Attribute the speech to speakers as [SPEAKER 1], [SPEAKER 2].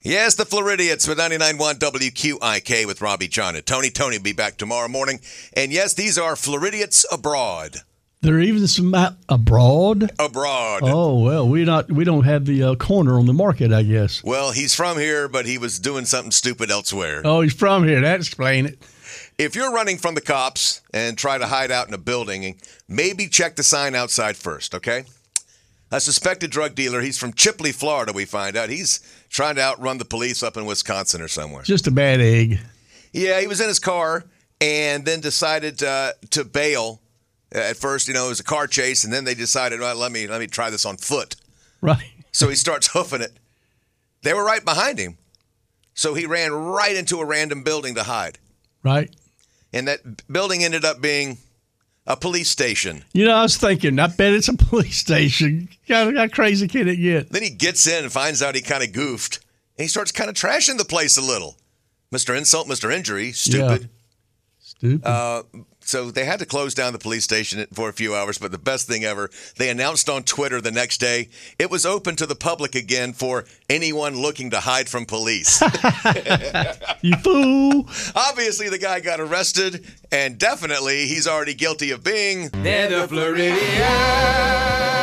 [SPEAKER 1] Yes, the Floridians with 99.1 WQIK with Robbie John and Tony. Tony will be back tomorrow morning. And yes, these are Floridians abroad.
[SPEAKER 2] There are even some out abroad.
[SPEAKER 1] Abroad.
[SPEAKER 2] Oh well, we not we don't have the uh, corner on the market, I guess.
[SPEAKER 1] Well, he's from here, but he was doing something stupid elsewhere.
[SPEAKER 2] Oh, he's from here. That explain it.
[SPEAKER 1] If you're running from the cops and try to hide out in a building, maybe check the sign outside first, okay? A suspected drug dealer, he's from Chipley, Florida, we find out. He's trying to outrun the police up in Wisconsin or somewhere.
[SPEAKER 2] Just a bad egg.
[SPEAKER 1] Yeah, he was in his car and then decided uh, to bail. Uh, At first, you know, it was a car chase, and then they decided, well, let me let me try this on foot.
[SPEAKER 2] Right.
[SPEAKER 1] So he starts hoofing it. They were right behind him, so he ran right into a random building to hide.
[SPEAKER 2] Right.
[SPEAKER 1] And that building ended up being a police station.
[SPEAKER 2] You know, I was thinking, I bet it's a police station. God, how crazy can it get?
[SPEAKER 1] Then he gets in and finds out he kind of goofed, and he starts kind of trashing the place a little. Mr. Insult, Mr. Injury, stupid.
[SPEAKER 2] Stupid.
[SPEAKER 1] Uh, so they had to close down the police station for a few hours, but the best thing ever, they announced on Twitter the next day it was open to the public again for anyone looking to hide from police.
[SPEAKER 2] you fool.
[SPEAKER 1] Obviously, the guy got arrested, and definitely he's already guilty of being.
[SPEAKER 3] They're the Floridians.